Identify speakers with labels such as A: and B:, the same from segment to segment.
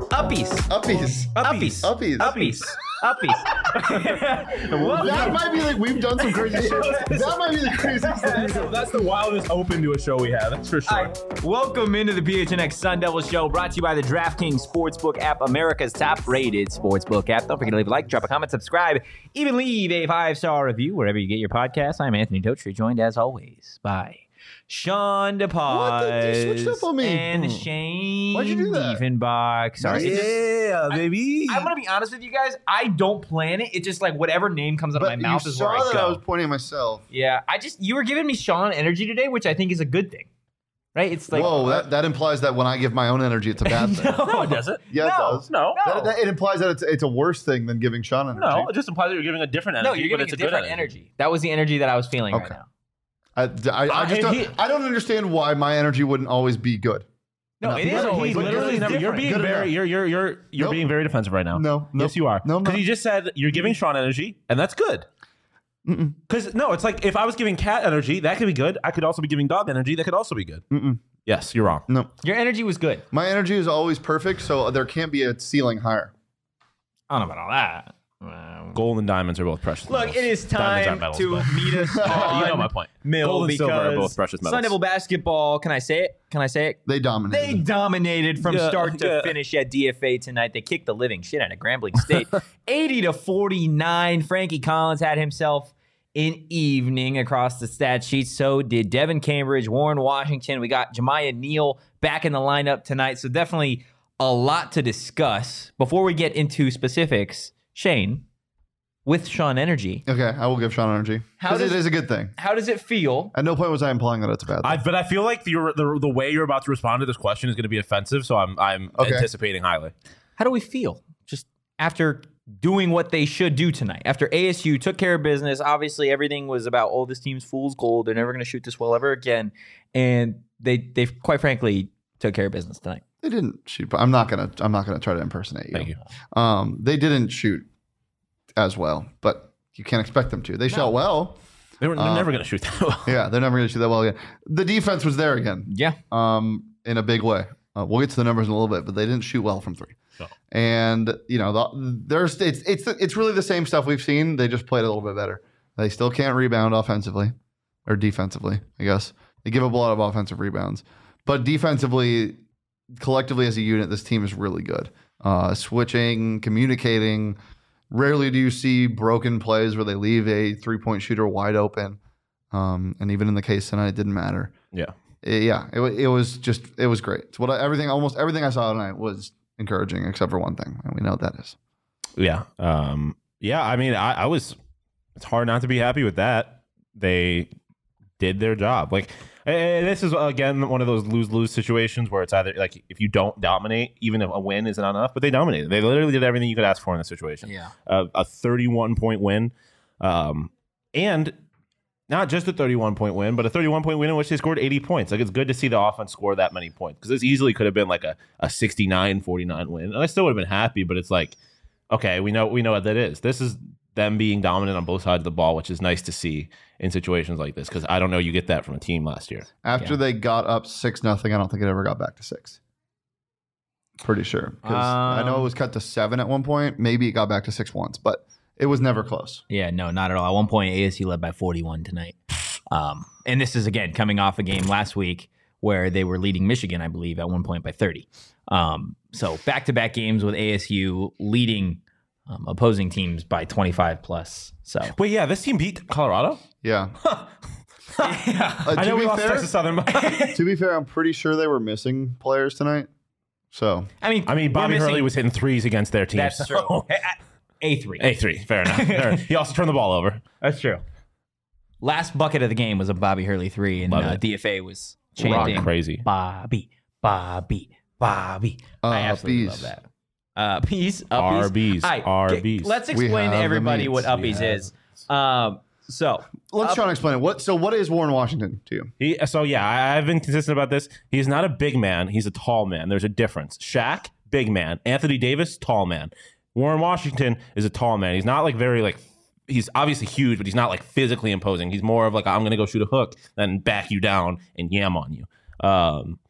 A: Uppies.
B: Uppies.
A: Uppies.
B: Uppies. Uppies. Welcome.
A: That might be like we've done some crazy shit. That might be the craziest thing.
C: That's, that's the wildest open to a show we have. That's for sure.
B: Hi. Welcome into the PHNX Sun Devil Show, brought to you by the DraftKings Sportsbook app, America's top-rated sportsbook app. Don't forget to leave a like, drop a comment, subscribe, even leave a five-star review wherever you get your podcast. I'm Anthony Dotry, joined as always by Sean
A: did you switch
B: DePaz
A: up on me?
B: and
A: Hmm.
B: Shane
A: Why'd you do that?
B: Diefenbach. Sorry, it just-
C: Yeah, baby.
B: I'm gonna be honest with you guys. I don't plan it. It's just like whatever name comes out of my
A: But you
B: mouth is where I
A: saw that I
B: go.
A: was pointing at myself.
B: yeah, I just you were giving me Sean energy today, which I think is a good thing, right? It's like uh,
A: Whoa, that, that implies that when I give my own energy, it's a bad thing.
C: no, it doesn't.
A: Yeah, it
B: No.
A: does.
C: No.
B: No.
C: No.
A: That, that- it implies that it's, it's a worse thing than giving Sean energy.
C: it just implies that you're giving a different energy.
B: no, you're
C: but
B: giving
C: it's
B: a
C: good
B: different energy. That was the energy that I was feeling right
A: Okay.
B: now.
A: I, I, I just
C: I-
A: don't,
C: he-
A: I don't understand why my energy wouldn't always be good.
B: No,
A: No,
B: it is
A: he-
B: always.
C: He
A: But
C: literally
A: it's
C: never. You're
A: different.
C: being
A: Good
C: very.
A: enough.
C: You're you're you're you're
A: Nope.
C: being very defensive right now.
A: No, no.
C: Yes, you are.
A: No, I'm
C: because
A: not.
C: you just said you're giving Sean energy, and that's good.
A: Mm-mm.
C: Because no, it's like if I was giving cat energy, that could be good. I could also be giving dog energy, that could also be good.
A: Mm-mm.
C: Yes, you're wrong.
A: No,
B: Your energy was good.
A: my energy is always perfect, so there can't be a ceiling higher.
B: I don't know about all that. Um,
C: Gold and diamonds are both precious.
B: Look, it
C: metals.
B: is
C: Diamonds
B: time
C: aren't metals,
B: to
C: but-
B: meet us on
C: you know my point.
B: Mill
C: Gold and
B: because
C: silver are both precious
B: Sun
C: metals.
B: Devil basketball. Can I say it? Can I say it?
A: They
B: They
A: dominate.
B: dominated from
C: Mm-hmm. Yeah,
B: start to
C: yeah.
B: finish at DFA tonight. They kicked the living shit out of Grambling State. 80 to 49. Frankie Collins had himself an evening across the stat sheet. So did Devin Cambridge, Warren Washington. We got Jemiah Neal back in the lineup tonight. So definitely a lot to discuss. Before we get into specifics, Shane, with Sean Energy,
A: okay, I will give Sean energy.
B: How
A: Because
B: does-
A: it is a good thing.
B: how does it feel?
A: At no point was I implying that it's a bad thing.
C: I, but I feel like the, the the way you're about to respond to this question is going to be offensive, so I'm I'm
A: Okay.
C: anticipating highly.
B: how do we feel just after doing what they should do tonight? After ASU took care of business, obviously everything was about, oh, this team's fool's gold. They're never going to shoot this well ever again. And they, they quite frankly took care of business tonight.
A: they didn't shoot. But I'm not gonna. I'm not gonna try to impersonate you.
C: Thank you.
A: Um, they didn't shoot as well, but you can't expect them to. They shot well.
C: They were, they're
A: Uh,
C: never going to shoot that well.
A: Yeah, they're never gonna shoot that well again. The defense was there again,
B: Yeah.
A: um, in a big way. Uh, we'll get to the numbers in a little bit, but they didn't shoot well from three.
C: No.
A: And you know, the, there's it's it's it's really the same stuff we've seen. They just played a little bit better. They still can't rebound offensively or defensively, I guess. They give up a lot of offensive rebounds, but defensively, collectively as a unit, this team is really good. Uh, switching, communicating. Rarely do you see broken plays where they leave a three point shooter wide open. Um, and even in the case tonight, it didn't matter.
C: Yeah.
A: It- yeah, it, wa- it was just it was great. It's what I, everything almost everything I saw tonight was encouraging, except for one thing, and we know what that is.
C: Yeah. Um, yeah. I mean, I, I was, it's hard not to be happy with that. They did their job. Like, eh, this is, again, one of those lose lose situations where it's either like if you don't dominate, even if a win isn't enough, but they dominated. They literally did everything you could ask for in this situation.
B: Yeah.
C: A, a 31 point win. Um, and not just a 31 point win, but a 31 point win in which they scored 80 points. Like, it's good to see the offense score that many points because this easily could have been like a, a 69 49 win. And I still would have been happy, but it's like, okay, we know we know what that is. This is them being dominant on both sides of the ball, which is nice to see in situations like this because I don't know you get that from a team last year.
A: After
B: Yeah.
A: they got up six nothing, I don't think it ever got back to six. Pretty sure because I know it
B: Um,
A: was cut to seven at one point. Maybe it got back to six once, but it was never close.
B: Yeah, no, not at all. At one point, ASU led by 41 tonight. Um, and this is, again, coming off a game last week where they were leading Michigan, I believe, at one point by 30. Um, so back to back games with ASU leading um, opposing teams by 25 plus. So,
C: Wait, yeah, this team beat Colorado.
A: Yeah.
B: yeah.
A: Uh,
C: I know
A: to
C: we
A: be
C: lost
A: fair,
C: Texas Southern. But
A: to be fair, I'm pretty sure they were missing players tonight. So
B: I mean,
C: I mean,
B: we're
C: Bobby
B: missing-
C: Hurley was hitting threes against their team.
B: That's true. A3.
C: A three, fair enough. Fair. He also turned the ball over.
B: That's true. Last bucket of the game was a Bobby Hurley 3, and
C: Love
B: uh,
C: it.
B: DFA was
C: Rock
B: chanting
C: crazy.
B: Bobby, Bobby, Bobby.
A: uh,
B: I absolutely love
A: bees.
B: that. Uh, peas, uppies.
C: RBs,
B: All right, g-
C: RBs.
B: Let's
A: We
B: explain to
A: have the
B: everybody
A: meats.
B: what
A: We
B: uppies
C: have-
B: is. Um, so
A: Let's
B: Up-
A: try and explain it. What so what is Warren Washington to you?
C: He, so yeah, I, I've been consistent about this. He's not a big man. He's a tall man. There's a difference. Shaq, big man. Anthony Davis, tall man. Warren Washington is a tall man. He's not like very like he's obviously huge, but he's not like physically imposing. He's more of like I'm gonna go shoot a hook, then back you down and yam on you. Um,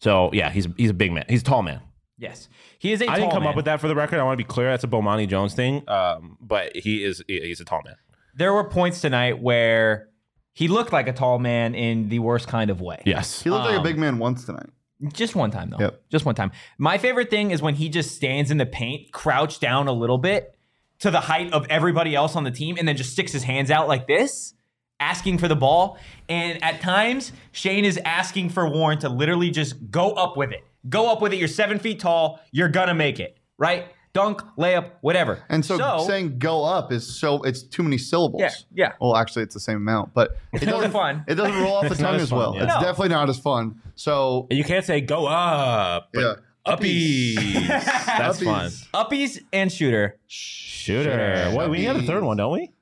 C: so yeah, he's he's a big man. He's a tall man.
B: Yes, he is a
C: I
B: tall
C: didn't come
B: man.
C: up with that for the record. I want to be clear. That's a Bomani Jones thing. Um, but he is he- he's a tall man.
B: There were points tonight where he looked like a tall man in the worst kind of way.
C: Yes.
A: He looked like a
B: Um,
A: big man once tonight.
B: Just one time though.
A: Yep.
B: Just one time. My favorite thing is when he just stands in the paint, crouched down a little bit to the height of everybody else on the team, and then just sticks his hands out like this, asking for the ball. And at times, Shane is asking for Warren to literally just go up with it. Go up with it. You're seven feet tall. You're gonna make it, right? Dunk, layup, whatever.
A: And so, saying go up is so it's too many syllables.
B: Yeah, yeah.
A: Well, actually, it's the same amount, but it
B: more
A: doesn't
B: fun.
A: It doesn't roll off the
C: It's not
A: tongue
C: as
A: as
C: fun,
A: well.
C: yeah.
A: It's
B: No.
A: definitely not as fun. So
C: And you can't say go up.
A: yeah,
C: Uppies. That's
A: Uppies.
C: fun.
B: uppies and shooter,
C: Shooter. What, we have a third one, don't we?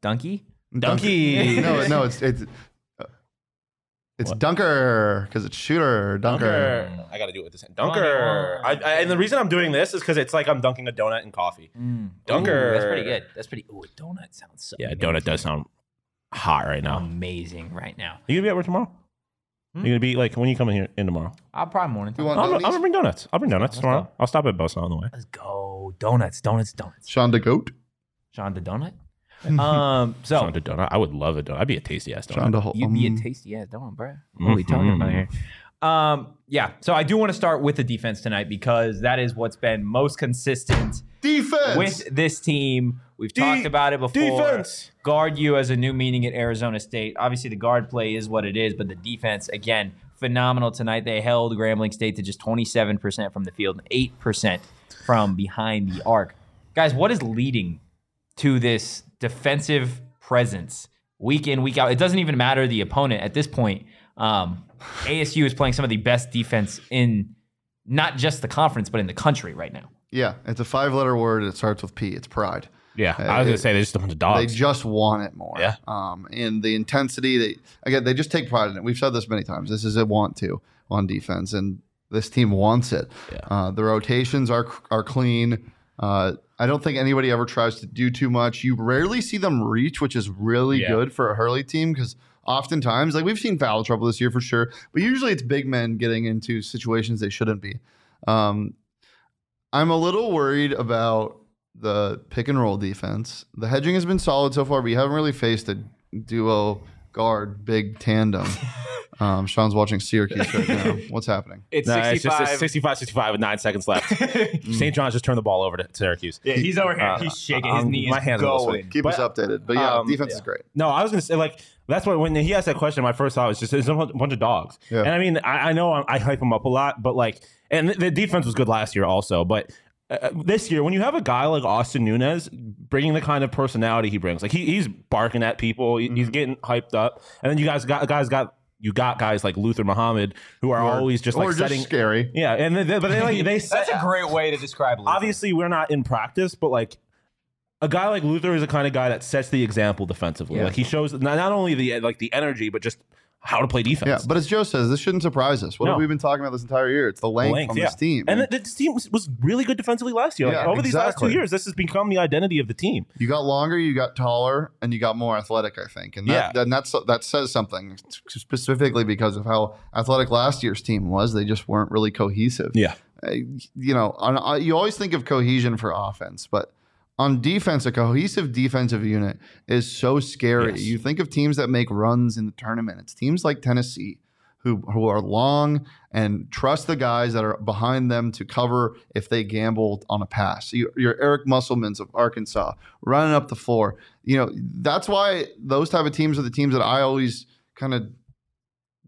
B: donkey.
C: Donkey.
A: No, no, it's it's uh, it's dunker because it's shooter dunker.
C: Dunker. Mm, I got to do it with this hand. Dunker. I, I, and the reason I'm doing this is because it's like I'm dunking a donut in coffee. Dunker.
B: Mm. Ooh, that's pretty good. That's pretty. Ooh, a donut sounds so.
C: Yeah,
B: amazing.
C: donut does sound hot right now.
B: Amazing right now.
C: you going to be at work tomorrow?
B: Hmm? Oh,
C: you going to be like, when you come in here in tomorrow?
B: I'll probably morning.
A: You
B: Time.
A: want
C: I'm, I'm going
A: donies?
C: to bring donuts. I'll bring donuts
B: Let's
C: tomorrow.
B: go.
C: I'll stop at Bosa on the way.
B: Let's go. Donuts, donuts, donuts.
A: Sean the goat.
B: Sean the donut. Um, so
C: Sound a donut. I would love a donut. I'd be a tasty ass donut.
A: Sean the
B: you'd be a
A: um,
B: tasty ass donut, bro. What are we talking about
C: Mhm.
B: here? Um, yeah. So I do want to start with the defense tonight because that is what's been most consistent
A: defense.
B: with this team. We've
C: De-
B: talked about it before.
C: Defense.
B: guard you as a new meaning at Arizona State. Obviously, the guard play is what it is, but the defense, again, phenomenal tonight. They held Grambling State to just 27% from the field and 8% from behind the arc. Guys, what is leading to this defensive presence week in, week out? It doesn't even matter the opponent at this point. Um, ASU is playing some of the best defense in not just the conference, but in the country right now.
A: Yeah, it's a five-letter word. and It starts with P. It's pride.
C: Yeah, I was going to say they're just a bunch of dogs.
A: They just want it more.
C: Yeah.
A: Um, and the intensity they again they just take pride in it. We've said this many times. This is a want to on defense, and this team wants it.
C: Yeah.
A: Uh, the rotations are are clean. Uh, I don't think anybody ever tries to do too much. You rarely see them reach, which is really
C: Yeah.
A: good for a Hurley team because oftentimes, like we've seen foul trouble this year for sure, but usually it's big men getting into situations they shouldn't be. Um, I'm a little worried about the pick and roll defense. The hedging has been solid so far, but you haven't really faced a duo guard big tandem. um, Sean's watching Syracuse right now. What's happening?
B: It's
C: No, it's just it's 65 65 with nine seconds left. St. John's just turned the ball over to Syracuse.
B: yeah, he's over here.
C: Uh,
B: he's shaking. His
C: um,
B: knee
C: my
B: is
C: hands are this way.
B: going.
A: Keep
C: But-
A: us updated. But yeah,
C: um,
A: defense is
C: yeah.
A: great.
C: No, I was gonna say like that's why when he asked that question, my first thought was just it's a bu- bunch of dogs.
A: Yeah.
C: And I mean, I, I know I, I hype him up a lot, but like, and th- the defense was good last year also, but. Uh, this year, when you have a guy like Austin Nunes bringing the kind of personality he brings, like he, he's barking at people, he,
A: Mm-hmm.
C: he's getting hyped up, and then you guys got guys got you got guys like Luther Muhammad who are always just like
A: or
C: setting,
A: just scary.
C: yeah, and they, they- but they like they set,
B: That's a great way to describe Luther.
C: obviously we're not in practice, but like a guy like Luther is the kind of guy that sets the example defensively.
B: Yeah.
C: Like he shows not, not only the like the energy, but just how to play
A: Yeah,
C: defense.
A: but as Joe says, this shouldn't surprise us. What
C: No.
A: have we been talking about this entire year? It's the length,
C: Length,
A: on
C: yeah.
A: this team.
C: and th- this team was, was really good defensively last year. Like,
A: Yeah,
C: over these last two
A: exactly.
C: years, this has become the identity of the team.
A: you got longer, you got taller, and you got more athletic. I think, and that, then that's that says something specifically because of how athletic last year's team was. They just weren't really cohesive.
C: Yeah.
A: Uh, you know, on, uh, you always think of cohesion for offense, but on defense, a cohesive defensive unit is so scary.
C: Yes.
A: You think of teams that make runs in the tournament. It's teams like Tennessee who who are long and trust the guys that are behind them to cover if they gamble on a pass. You, your Eric Musselmans of Arkansas running up the floor. You know, that's why those type of teams are the teams that I always kind of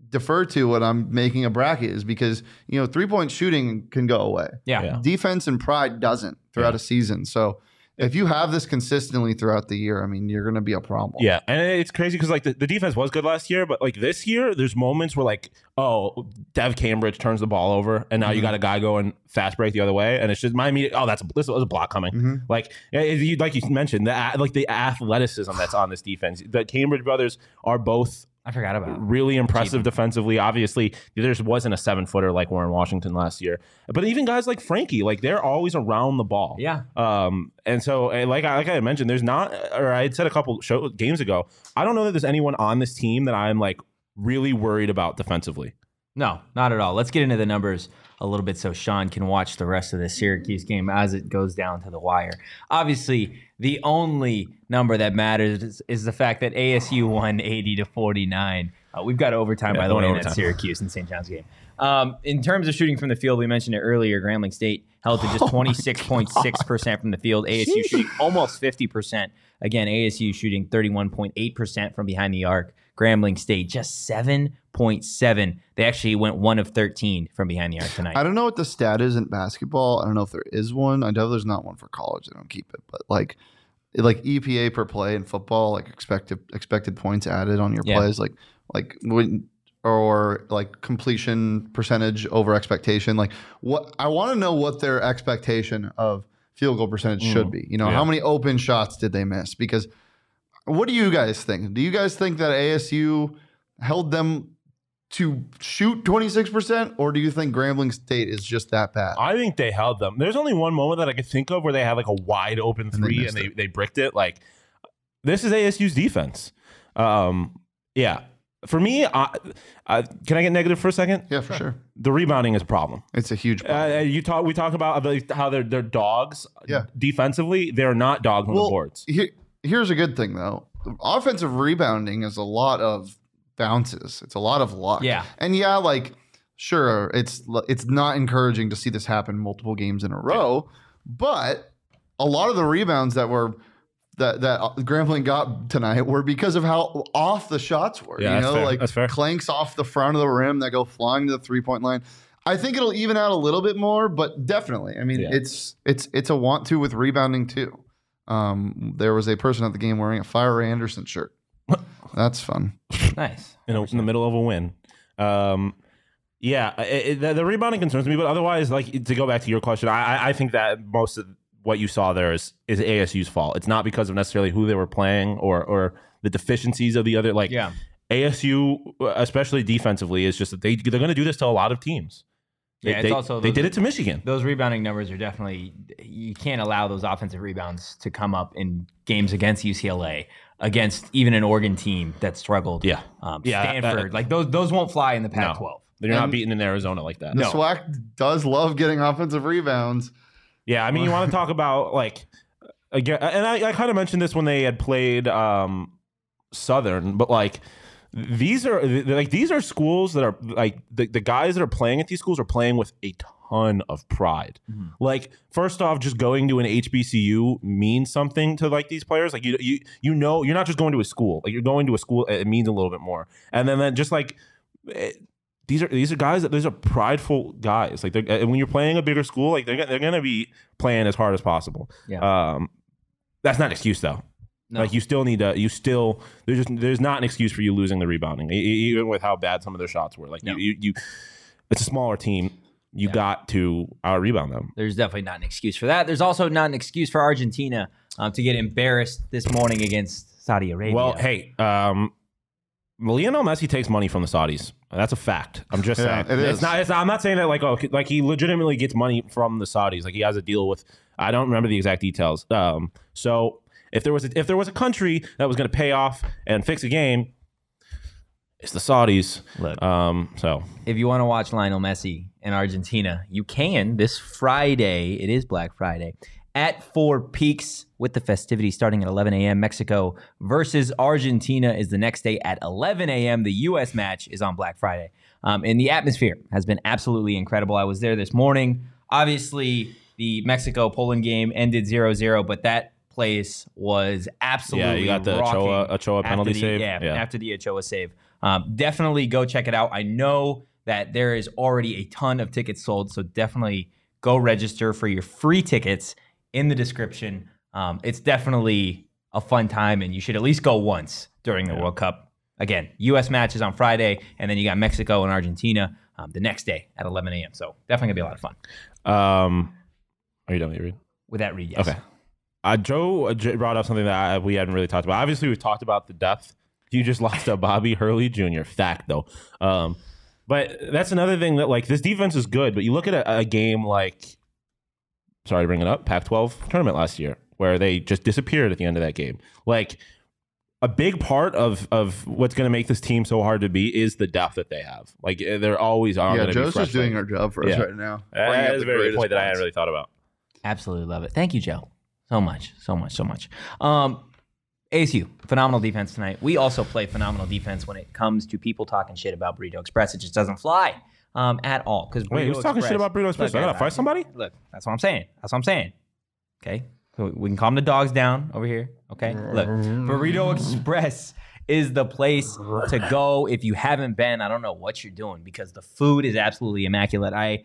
A: defer to when I'm making a bracket is because, you know, three point shooting can go away.
B: yeah.
C: Yeah.
A: Defense and pride doesn't throughout
C: Oh. Yeah.
A: a season. So if you have this consistently throughout the year, I mean, you're going to be a problem.
C: Yeah, and it's crazy because like the, the defense was good last year, but like this year, there's moments where like oh, Dev Cambridge turns the ball over, and now you
A: Mhm.
C: got a guy going fast break the other way, and it's just my immediate oh that's a, this was a block coming.
A: Mhm.
C: Like yeah, it- you- like you mentioned, the a- like the athleticism that's on this defense. The Cambridge brothers are both
B: I forgot about. it.
C: really impressive defensively. Obviously, there just wasn't a seven footer like Warren Washington last year. But even guys like Frankie, like they're always around the ball.
B: Yeah.
C: Um, and so, eh, like I, like I had mentioned, there's not, or I had said a couple show, games ago, I don't know that there's anyone on this team that I'm like really worried about defensively.
B: No, not at all. Let's get into the numbers a little bit so Sean can watch the rest of the Syracuse game as it goes down to the wire. Obviously, the only number that matters is, is the fact that ASU won 80 to 49. Uh, we've got overtime,
C: Yeah,
B: by the way,
C: going
B: in that
C: overtime.
B: Syracuse and St. John's game. Um, in terms of shooting from the field, we mentioned it earlier. Grambling State held to
C: Oh
B: just 26.6% from the field. ASU shooting almost 50%. Again, ASU shooting 31.8% from behind the arc. Grambling State just 7.7. They actually went 1 of 13 from behind the arc tonight.
A: I don't know what the stat is in basketball. I don't know if there is one. I know there's not one for college. They don't keep it, but like like EPA per play in football, like expected expected points added on your
B: Yeah.
A: plays, like like when or like completion percentage over expectation. Like what I want to know what their expectation of field goal percentage should be. You know,
C: Yeah.
A: how many open shots did they miss? Because what do you guys think? Do you guys think that ASU held them to shoot 26%, or do you think Grambling State is just that bad?
C: I think they held them. There's only one moment that I could think of where they had like a wide open
A: they
C: three
A: missed
C: and they, they bricked it. Like this is ASU's defense. Um, yeah. For me, I, I, can I get negative for a second?
A: yeah, for sure.
C: The rebounding is a problem.
A: It's a huge problem.
C: Uh, you talk. We talk about like, how they're they're dogs.
A: Yeah.
C: Defensively, they're not dogs on
A: Well,
C: the boards.
A: Here- here's a good thing, though offensive rebounding is a lot of bounces, it's a lot of luck.
B: Yeah.
A: And yeah, like, sure, it's, it's not encouraging to see this happen multiple games in a row, but a lot of the rebounds that were. That, that uh, Grambling got tonight were because of how off the shots were.
C: Yeah,
A: you
C: that's
A: know,
C: fair.
A: like
C: That's fair.
A: clanks off the front of the rim that go flying to the three point line. I think it'll even out a little bit more, but definitely. I mean,
C: Yeah.
A: it's it's it's a want to with rebounding too. Um, there was a person at the game wearing a Fire Ray Anderson shirt. That's fun.
B: nice.
C: in, a, in the middle of a win. Um, yeah, i i the, the rebounding concerns me, but otherwise, like to go back to your question, I, I- I think that most of what you saw there is is ASU's fault. It's not because of necessarily who they were playing or or the deficiencies of the other. Like
B: Yeah.
C: ASU, especially defensively, is just that they they're going to do this to a lot of teams. They,
B: Yeah, it's
C: they,
B: also
C: they
B: the-
C: did it to Michigan.
B: Those rebounding numbers are definitely you can't allow those offensive rebounds to come up in games against UCLA, against even an Oregon team that struggled.
C: Yeah.
B: Um,
C: Yeah, that-
B: Stanford, like those those won't fly in the
C: No.
B: Pac-12.
C: They're not
A: And-
C: beaten in Arizona like that.
A: The SWAC does love getting offensive rebounds.
C: Yeah, I mean, you want to talk about like again, and I, I kind of mentioned this when they had played um, Southern, but like these are th- like these are schools that are like the, the guys that are playing at these schools are playing with a ton of pride. Like first off, just going to an HBCU means something to like these players. Like you you you know you're not just going to a school. Like you're going to a school, it means a little bit more. And then then just like. eh, these are these are guys that these are prideful guys. Like they're, and when you're playing a bigger school, like they're go- they're gonna be playing as hard as possible.
B: Yeah.
C: Um, that's not an excuse though.
B: No.
C: Like you still need to. You still there's just there's not an excuse for you losing the rebounding, e- e- even with how bad some of their shots were. Like
B: No.
C: you, you, you, it's a smaller team. You
B: Yeah.
C: got to out rebound them.
B: There's definitely not an excuse for that. There's also not an excuse for Argentina um, to get embarrassed this morning against Saudi Arabia.
C: Well, hey, um, Lionel Messi takes money from the Saudis. That's a fact. I'm just
A: Yeah,
C: saying.
A: it
C: it's
A: is.
C: not. It's not- I'm not saying that like oh, like he legitimately gets money from the Saudis. Like he has a deal with. I don't remember the exact details. Um, so if there was a, if there was a country that was going to pay off and fix a game, it's the Saudis.
B: Look.
C: Um, so
B: if you want to watch Lionel Messi in Argentina, you can this Friday. It is Black Friday at Four Peaks with the festivities starting at 11 a.m. Mexico versus Argentina is the next day at 11 a.m. The U.S. match is on Black Friday. Um, and the atmosphere has been absolutely incredible. I was there this morning. Obviously, the Mexico Poland game ended 0 0, but that place was absolutely
C: yeah, you got the
B: rocking
C: Ochoa, Ochoa
B: after
C: penalty
B: the-
C: save.
B: Yeah, after the Ochoa save. Um, definitely go check it out. I know that there is already a ton of tickets sold, so definitely go register for your free tickets in the description. Um, it's definitely a fun time, and you should at least go once during the World Cup. Again, U.S. matches on Friday, and then you got Mexico and Argentina um, the next day at 11 a.m. So definitely gonna be a lot of fun
C: Um, are you done with your read?
B: with that read. Yes.
C: Okay. Uh, Joe uh, J- brought up something that I, we hadn't really talked about. Obviously, we've talked about the depth You just lost to Bobby Hurley Jr. Fact though. Um, but that's another thing that like this defense is good, but you look at a, a game like sorry to bring it up, Pac-12 tournament last year where they just disappeared at the end of that game. Like a big part of of what's going to make this team so hard to beat is the depth that they have. Like eh, they're always are.
A: yeah,
C: gonna be
A: Joe's just
C: freshmen.
A: doing our job for us
C: Yeah.
A: right now. Bringing up
C: That is a
A: the
C: very good
A: greatest
C: point that I hadn't
A: points.
C: really thought about.
B: Absolutely love it. Thank you, Joe. So much, so much, so much. Um, ASU, phenomenal defense tonight. We also play phenomenal defense when it comes to people talking shit about Burrito Express. It just doesn't fly um, at all. Because
C: Wait, who's talking shit about Burrito Express? I gotta fight somebody?
B: Look, that's what I'm saying. That's what I'm saying. Okay, so we can calm the dogs down over here. Okay, look,
A: Mm-hmm.
B: Burrito Express is the place to go if you haven't been. I don't know what you're doing because the food is absolutely immaculate. I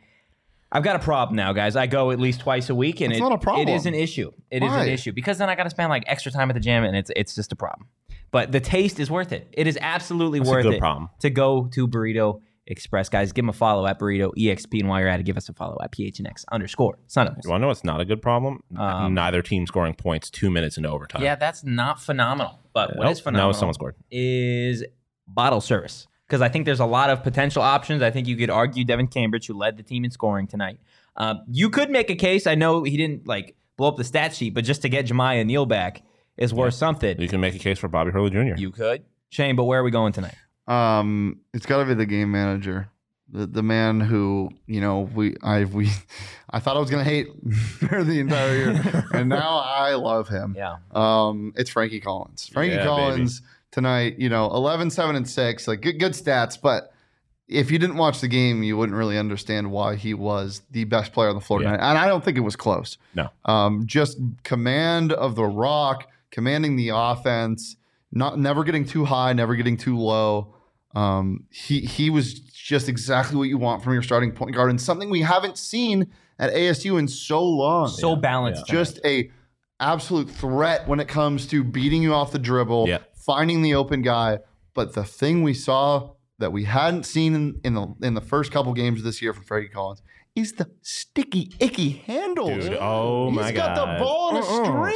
B: I've got a problem now, guys. I go at least twice a week, and
A: It's
B: it-
A: not a problem.
B: It is an issue. It is
A: Why?
B: an issue because then I got to spend like extra time at the gym, and it's it's just a problem. But the taste is worth it. It is absolutely
C: That's a
B: worth
C: good
B: it
C: problem.
B: to go to Burrito Express, guys. Give them a follow at Burrito EXP, and while you're at it, give us a follow at PHNX underscore Son of
C: You want to know what's not a good problem?
B: Um,
C: Neither team scoring points two minutes into overtime.
B: Yeah, that's not phenomenal. But what is phenomenal
C: Now someone scored.
B: is bottle service because I think there's a lot of potential options. I think you could argue Devin Cambridge, who led the team in scoring tonight. Um, you could make a case. I know he didn't like blow up the stat sheet, but just to get Jemiah Neal back is worth something.
C: You can make a case for Bobby Hurley Jr.
B: You could, Shane. But where are we going tonight?
A: Um, it's got to be the game manager, the the man who you know we I we I thought I was gonna hate for the entire year, and now I love him.
B: Yeah,
A: Um, it's Frankie Collins. Frankie
C: Yeah, baby.
A: Collins tonight. You know, 11, 7, and six. Like good good stats, but. If you didn't watch the game, you wouldn't really understand why he was the best player on the floor
C: Yeah.
A: tonight. And I don't think it was close.
C: No.
A: Um, just command of the rock, commanding the offense, not never getting too high, never getting too low. Um, he he was just exactly what you want from your starting point guard, and something we haven't seen at ASU in so long.
B: so balanced.
A: just a absolute threat when it comes to beating you off the dribble,
C: Yeah.
A: finding the open guy. But the thing we saw that we hadn't seen in, in the in the first couple games this year from Freddie Collins is the sticky icky handles.
C: Dude, oh my
A: He's got
C: God.
A: the ball on a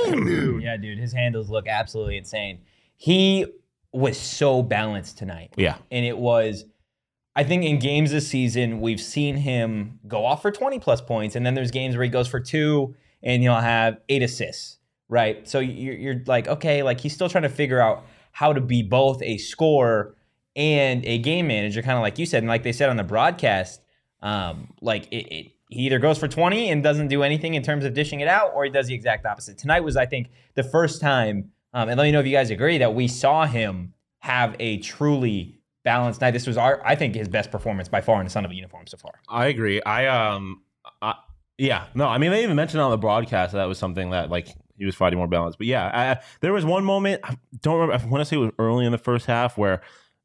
A: string, dude.
B: Uh-uh. yeah, dude. His handles look absolutely insane. He was so balanced tonight.
C: Yeah.
B: and it was I think in games this season we've seen him go off for 20 plus points and then there's games where he goes for 2 and he'll have 8 assists, right? So you're you're like okay, like he's still trying to figure out how to be both a scorer and a game manager kind of like you said and like they said on the broadcast um like it, it he either goes for 20 and doesn't do anything in terms of dishing it out or he does the exact opposite. Tonight was I think the first time um, and let me know if you guys agree that we saw him have a truly balanced night. This was our, I think, his best performance by far in the Son of a uniform so far.
C: I agree. I um, I, yeah, no, I mean they even mentioned on the broadcast that was something that like he was fighting more balance. But yeah, I, there was one moment I don't remember. I want to say it was early in the first half where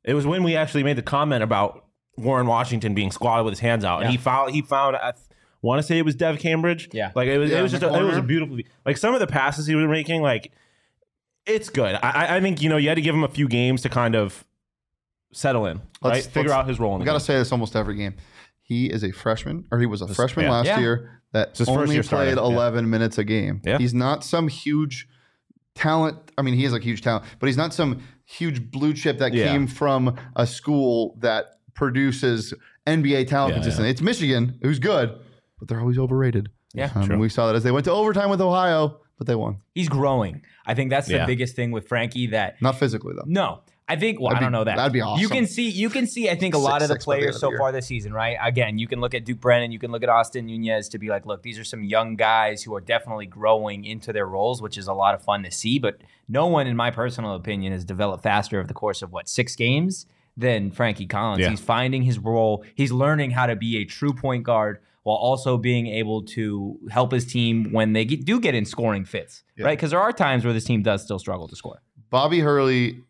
C: it was when we actually made the comment about Warren Washington being squatted with his hands out, and he found he found. I want to say it was Dev Cambridge.
B: Yeah.
C: like it was.
A: Yeah,
C: it was
A: in
C: just.
A: the
C: A, it was a
A: corner.
C: beautiful. Like some of the passes he was making, like it's good. I, I- I think you know you had to give him a few games to kind of settle in,
A: Let's-
C: right? Figure
A: let's-
C: out his role. In
A: We
C: the
A: got
C: game.
A: to say this almost every game. He is a freshman, or he was a freshman
C: yeah.
A: last
B: Yeah.
A: year that
C: his first
A: only
C: year
A: played
C: starting, yeah.
A: 11 minutes a game.
C: Yeah.
A: He's not some huge talent. I mean, he is a huge talent, but he's not some huge blue chip that
C: Yeah.
A: came from a school that produces NBA talent
C: Yeah,
A: consistently. It's Michigan, who's good, but they're always overrated.
B: Yeah,
A: Um,
C: true.
A: We saw that as they went to overtime with Ohio, but they won.
B: He's growing. I think that's the
C: Yeah.
B: biggest thing with Frankie that
A: Not physically, though.
B: no. I think well,
A: That'd
B: I don't
A: be-
B: know that.
A: that'd be
B: You
A: awesome.
B: can see you can see I think a lot
A: Six-
B: of the
A: six by the end
B: players
A: of the
B: so
A: year.
B: far this season, right? Again, you can look at Duke Brennan, you can look at Austin Nunez to be like, look, these are some young guys who are definitely growing into their roles, which is a lot of fun to see, but no one in my personal opinion has developed faster over the course of what, 6 games than Frankie Collins.
C: Yeah.
B: He's finding his role. He's learning how to be a true point guard while also being able to help his team when they get, do get in scoring fits,
A: Yeah.
B: right? Cuz there are times where this team does still struggle to score.
A: Bobby Hurley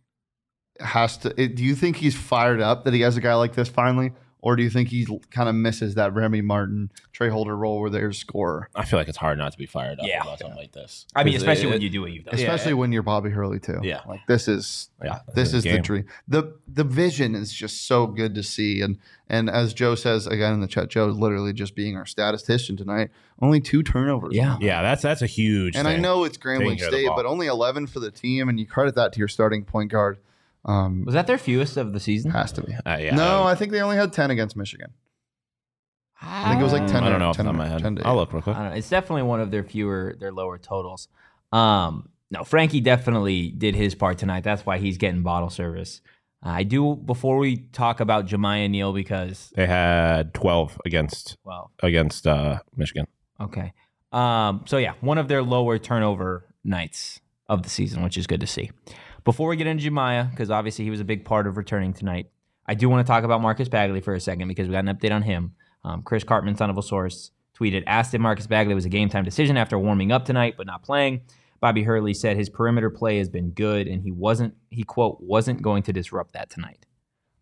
A: has to. it- Do you think he's fired up that he has a guy like this finally, or do you think he kind of misses that Remy Martin, Trey Holder role where they're a scorer,
C: I feel like it's hard not to be fired up
B: Yeah.
C: about something like this.
B: I mean,
C: 'Cause
B: especially
C: it-
B: when you do what you've done.
A: especially when you're Bobby Hurley too?
C: Yeah.
A: like this is
C: yeah,
A: this is the
C: game.
A: dream. the The vision is just so good to see, and and as Joe says again in the chat, Joe is literally just being our statistician tonight. Only two turnovers.
B: Yeah.
C: Yeah, that's that's a huge.
A: And I
C: thing.
A: know it's
C: Taking
A: Grambling
C: care of the
A: State,
C: ball.
A: but only 11 for the team, and you credit that to your starting point guard. Um,
B: Was that their fewest of the season?
A: has to be.
C: Uh, yeah,
A: no, I think they only had 10 against Michigan.
B: I
A: I think it was like
C: Um,
A: 10.
C: I don't know off
A: 10,
C: the top of my head.
A: 10 to
C: I'll
A: eight.
C: look real quick.
B: I don't know. Ah. It's definitely one of their fewer, their lower totals. Um, no, Frankie definitely did his part tonight. That's why he's getting bottle service. I do before we talk about Jemiah Neal because
C: They had 12 against
B: well,
C: against uh, Michigan.
B: okay. Um, so yeah, one of their lower turnover nights of the season, which is good to see. Before we get into Jemiah, because obviously he was a big part of returning tonight, I do want to talk about Marcus Bagley for a second because we got an update on him. Um, Chris Cartman, son of a source, tweeted, asked if Marcus Bagley was a game time decision after warming up tonight but not playing. Bobby Hurley said his perimeter play has been good and he wasn't, he quote, wasn't going to disrupt that tonight.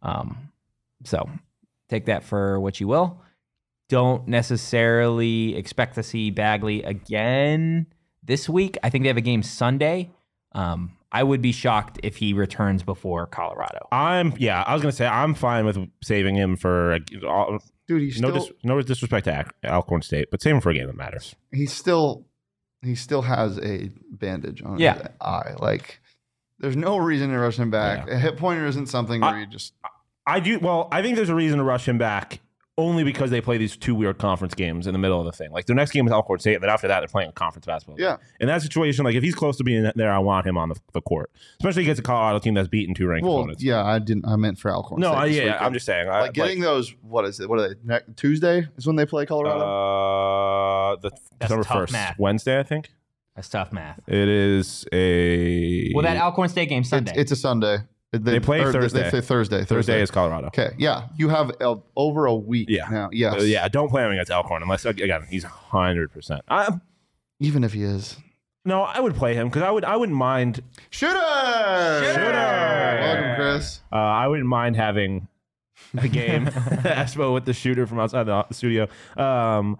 B: Um, so take that for what you will. Don't necessarily expect to see Bagley again this week. I think they have a game Sunday. Um, I would be shocked if he returns before Colorado.
C: I'm yeah. I was gonna say I'm fine with saving him for a, all,
A: Dude, he's
C: no
A: still,
C: dis, no disrespect to Ac- Alcorn State, but save him for a game that matters.
A: he still he still has a bandage on
B: Yeah.
A: his eye. Like there's no reason to rush him back. A hit pointer isn't something where
C: I-
A: you just
C: I do well. I think there's a reason to rush him back only because they play these two weird conference games in the middle of the thing. Like their next game is Alcorn State, and then after that they're playing conference basketball.
A: Yeah.
C: In that situation, like if he's close to being there, I want him on the, the court, especially against a Colorado team that's beaten two ranked
A: well
C: opponents.
A: yeah, I didn't I meant for Alcorn.
C: No,
A: State
C: I,
A: this
C: yeah,
A: weekend.
C: I'm just saying. I-
A: like getting those what is it? What are they? Ne- Tuesday is when they play Colorado.
C: uh, the
B: That's
C: December
B: tough
C: first,
B: math.
C: Wednesday, I think
B: That's tough math.
C: it is a.
B: Well, that Alcorn State game
A: it's,
B: Sunday.
A: it's a Sunday.
C: They play
A: or
C: Thursday.
A: They say Thursday.
C: Thursday
A: Thursday.
C: is Colorado.
A: okay. Yeah, you have uh, over a week
C: Yeah.
A: now. Yes.
C: Uh, yeah, don't play him against Alcorn unless again he's hundred percent.
A: Even if he is
C: No, I would play him because I would. I wouldn't mind.
A: shooter. Welcome, Chris.
C: Uh, I wouldn't mind having a game Espo with the shooter from outside the studio. Um,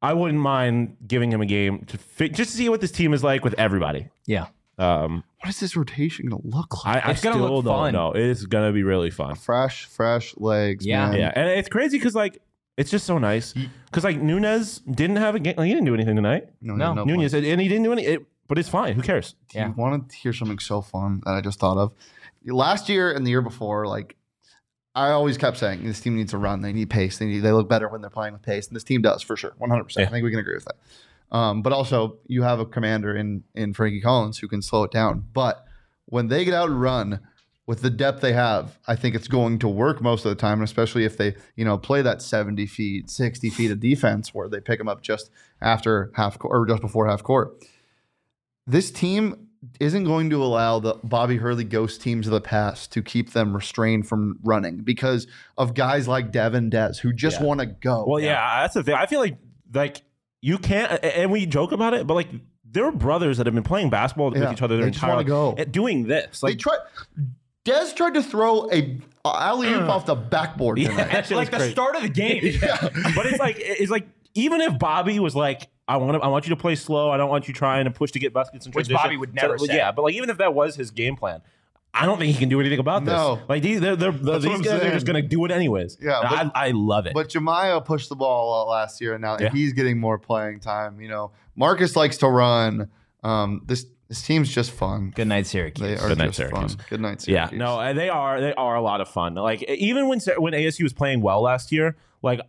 C: I wouldn't mind giving him a game to fi- just to see what this team is like with everybody.
B: yeah.
C: Um,
A: What is this rotation gonna look like?
C: I, I
B: It's gonna
C: still
B: look
C: don't
B: fun.
C: know. It's gonna be really fun.
A: fresh, fresh legs.
B: Yeah.
A: man.
C: Yeah, and it's crazy because like it's just so nice because like Nunez didn't have a game. Like, he didn't do anything tonight.
A: No,
B: No.
A: no, no
C: Nunez and and he didn't do any. It, but it's fine. Who cares?
A: Do
B: Yeah.
A: you want to hear something so fun that I just thought of? Last year and the year before, like I always kept saying, this team needs to run. They need pace. They need, they look better when they're playing with pace, and this team does for sure, one hundred percent. I
C: Yeah.
A: think we can agree with that. Um, but also, you have a commander in in Frankie Collins who can slow it down. But when they get out and run with the depth they have, I think it's going to work most of the time, and especially if they you know play that seventy feet, sixty feet of defense where they pick them up just after half court or just before half court this team isn't going to allow the Bobby Hurley ghost teams of the past to keep them restrained from running because of guys like Devin Des who just
C: Yeah.
A: want to go.
C: Well, yeah. that's the thing. I feel like like you can't, a- and we joke about it, but like there are brothers that have been playing basketball with
A: Yeah,
C: each other
A: they
C: their
A: just
C: entire
A: wanna go.
C: and doing this.
A: they
C: Like,
A: tried. Des tried to throw a alley oop off the backboard tonight.
C: that shit was crazy.
B: start of the game.
C: but it's like it's like even if Bobby was like. I want to, I want you to play slow. I don't want you trying to push to get baskets in
B: Which
C: transition."
B: Bobby would never say.
C: Yeah, but like even if that was his game plan, I don't think he can do anything about this.
A: No.
C: like these, they're, they're,
A: That's what
C: these
A: I'm
C: guys are
A: saying.
C: just gonna do it anyways.
A: Yeah,
C: And I, I love it.
A: But Jemiah pushed the ball a lot last year, and now
C: Yeah.
A: he's getting more playing time. You know, Marcus likes to run. Um, this this team's just fun.
B: Good night, Syracuse.
A: They are
C: Good night,
A: just
C: Syracuse.
A: fun. Good night,
C: Yeah,
A: Syracuse.
C: no, uh, they are they are a lot of fun. Like e, even when when ASU was playing well last year, like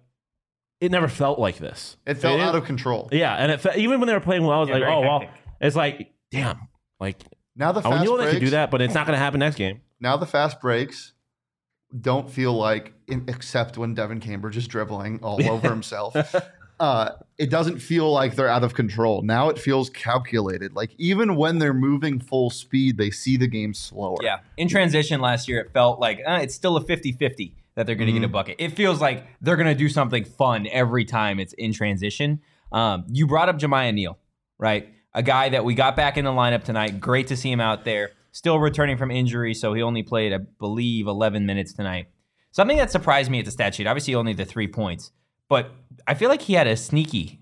C: it never felt like this.
A: it fell
C: It-
A: out of control.
C: Yeah, and it fe- even when they were playing well, I was
B: Yeah,
C: like,
B: very
C: oh well,
B: hectic.
C: it's like damn, like
A: Now the fast
C: I knew they could
A: breaks-
C: do that, but it's not going to happen next game.
A: Now the fast breaks don't feel like, in- except when Devin Cambridge is dribbling all over himself. Uh, it doesn't feel like they're out of control. Now it feels calculated. Like even when they're moving full speed, they see the game slower.
B: Yeah. In transition last year, it felt like uh, it's still a 50 50 that they're going to get a bucket. It feels like they're going to do something fun every time it's in transition. Um, you brought up Jemiah Neal, right? A guy that we got back in the lineup tonight. Great to see him out there. Still returning from injury, so he only played, I believe, 11 minutes tonight. Something that surprised me at the stat sheet, obviously only the three points, but I feel like he had a sneaky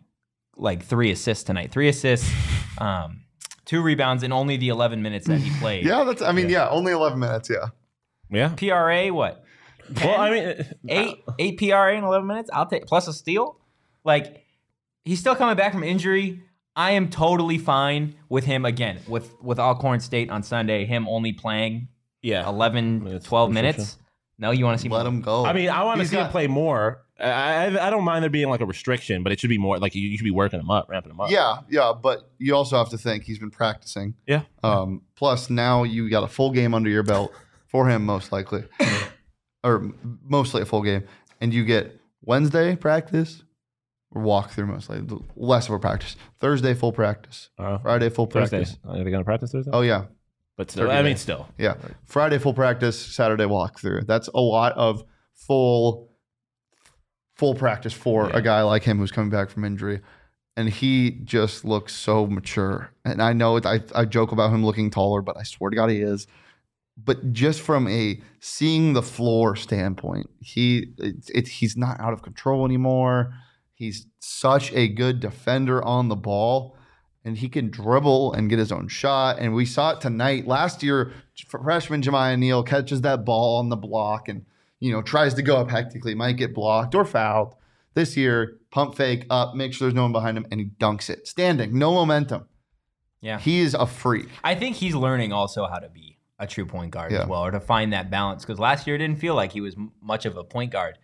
B: like three assists tonight. Three assists, um, two rebounds in only the 11 minutes that he played.
A: Yeah, that's. I mean, yeah, only eleven minutes. Yeah,
C: Yeah.
B: PRA what?
C: Well,
B: 10?
C: I mean,
B: eight eight PRA in eleven minutes. I'll take plus a steal. Like he's still coming back from injury. I am totally fine with him again with with Alcorn State on Sunday. Him only playing
C: Yeah.
B: 11,
C: Minutes,
B: 12
C: for sure,
B: minutes? No, you want to see
A: Let
B: more?
A: him go.
C: I mean, I want to
A: He's
C: see him
A: got-
C: play more. I, I I don't mind there being like a restriction, but it should be more like you, you should be working him up, ramping him up.
A: yeah, yeah, but you also have to think he's been practicing.
C: Yeah.
A: Um, plus, now you got a full game under your belt for him, most likely, or m- mostly a full game, and you get Wednesday practice or walk through mostly l- less of a practice. Thursday full practice.
C: Uh,
A: Friday full
C: Thursday.
A: practice.
C: Are they going to practice Thursday?
A: Oh yeah,
C: but still,
A: 30
C: I mean,
A: days.
C: still.
A: yeah. Friday full practice. Saturday walk through. That's a lot of full full practice for
C: Yeah.
A: a guy like him who's coming back from injury. And he just looks so mature. And I know it, I, I joke about him looking taller, but I swear to God he is. But just from a seeing the floor standpoint, he it's it's he's not out of control anymore. He's such a good defender on the ball, and he can dribble and get his own shot. And we saw it tonight. Last year, freshman Jemiah Neal catches that ball on the block and you know, tries to go up hectically, might get blocked or fouled. This year, pump fake up, make sure there's no one behind him, and he dunks it. Standing, no momentum.
B: Yeah.
A: He is a freak.
B: I think he's learning also how to be a true point guard
A: Yeah.
B: as well, or to find that balance. Because last year it didn't feel like he was m- much of a point guard.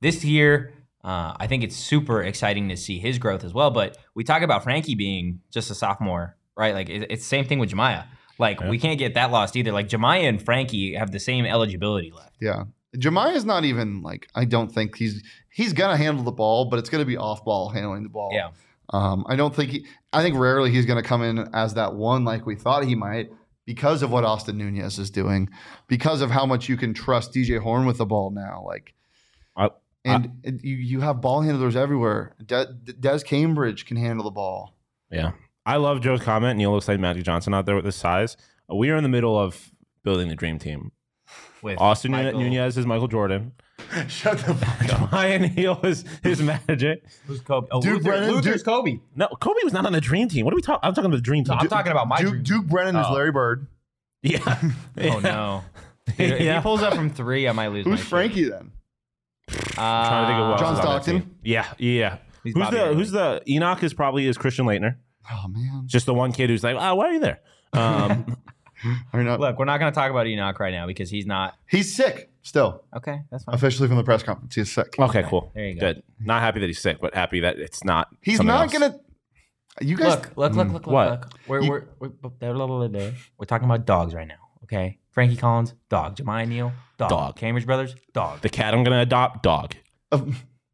B: This year, uh, I think it's super exciting to see his growth as well. But we talk about Frankie being just a sophomore, right? Like it, it's same thing with Jemiah. Like we can't get that lost either. Like Jemiah and Frankie have the same eligibility left.
A: Yeah. Jemiah's not even like I don't think he's he's gonna handle the ball, but it's gonna be off ball handling the ball.
B: Yeah.
A: Um, I don't think he I think rarely he's gonna come in as that one like we thought he might because of what Austin Nunez is doing, because of how much you can trust DJ Horn with the ball now. Like
C: I-
A: and it- you, you have ball handlers everywhere. De- Des Cambridge can handle the ball.
C: Yeah. I love Joe's comment, and he looks like Magic Johnson out there with his size. We are in the middle of building the dream team.
B: With
C: Austin
B: Michael-
C: Nunez is Michael Jordan.
A: Shut the fuck
C: Ryan Neal is, is Magic.
B: who's Kobe? Oh,
A: Duke
B: Luther-
A: Brennan,
B: Luther's Kobe.
C: No, Kobe was not on the dream team. What are we talking? I'm talking about the dream team.
B: No, I'm talking about my
A: Duke,
B: dream.
A: Duke Brennan is
C: Oh.
A: Larry Bird.
C: yeah.
B: Oh no. Dude, If he
C: Yeah.
B: pulls up from three, I might lose. my
A: Who's
B: shit.
A: Frankie then?
B: Uh,
C: I'm trying to think of
A: John
C: what else is on that
A: Stockton?
C: team. Yeah, yeah.
B: He's
C: who's
B: Bobby
C: the
B: Irving.
C: Who's the Enoch is probably is Christian Leitner.
A: Oh man.
C: Just the one kid who's like, oh, why are you there? Um,
A: Or not.
B: Look, we're not going to talk about Enoch right now because he's not.
A: He's sick still.
B: Okay, that's fine.
A: Officially from the press conference. He's sick.
C: okay, cool.
B: There you go.
C: Good. Not happy that he's sick, but happy that it's not.
A: He's
C: something
A: not
C: else.
A: gonna you guys
B: Look, look, look, look, look,
C: What?
B: look. We're,
A: Mm, You-
B: we're, we're, blah, blah, blah, blah. we're talking about dogs right now, okay? Frankie Collins, dog. Jemiah Neal, dog.
C: Dog.
B: Cambridge Brothers, dog.
C: The cat I'm gonna adopt, dog.
A: Uh,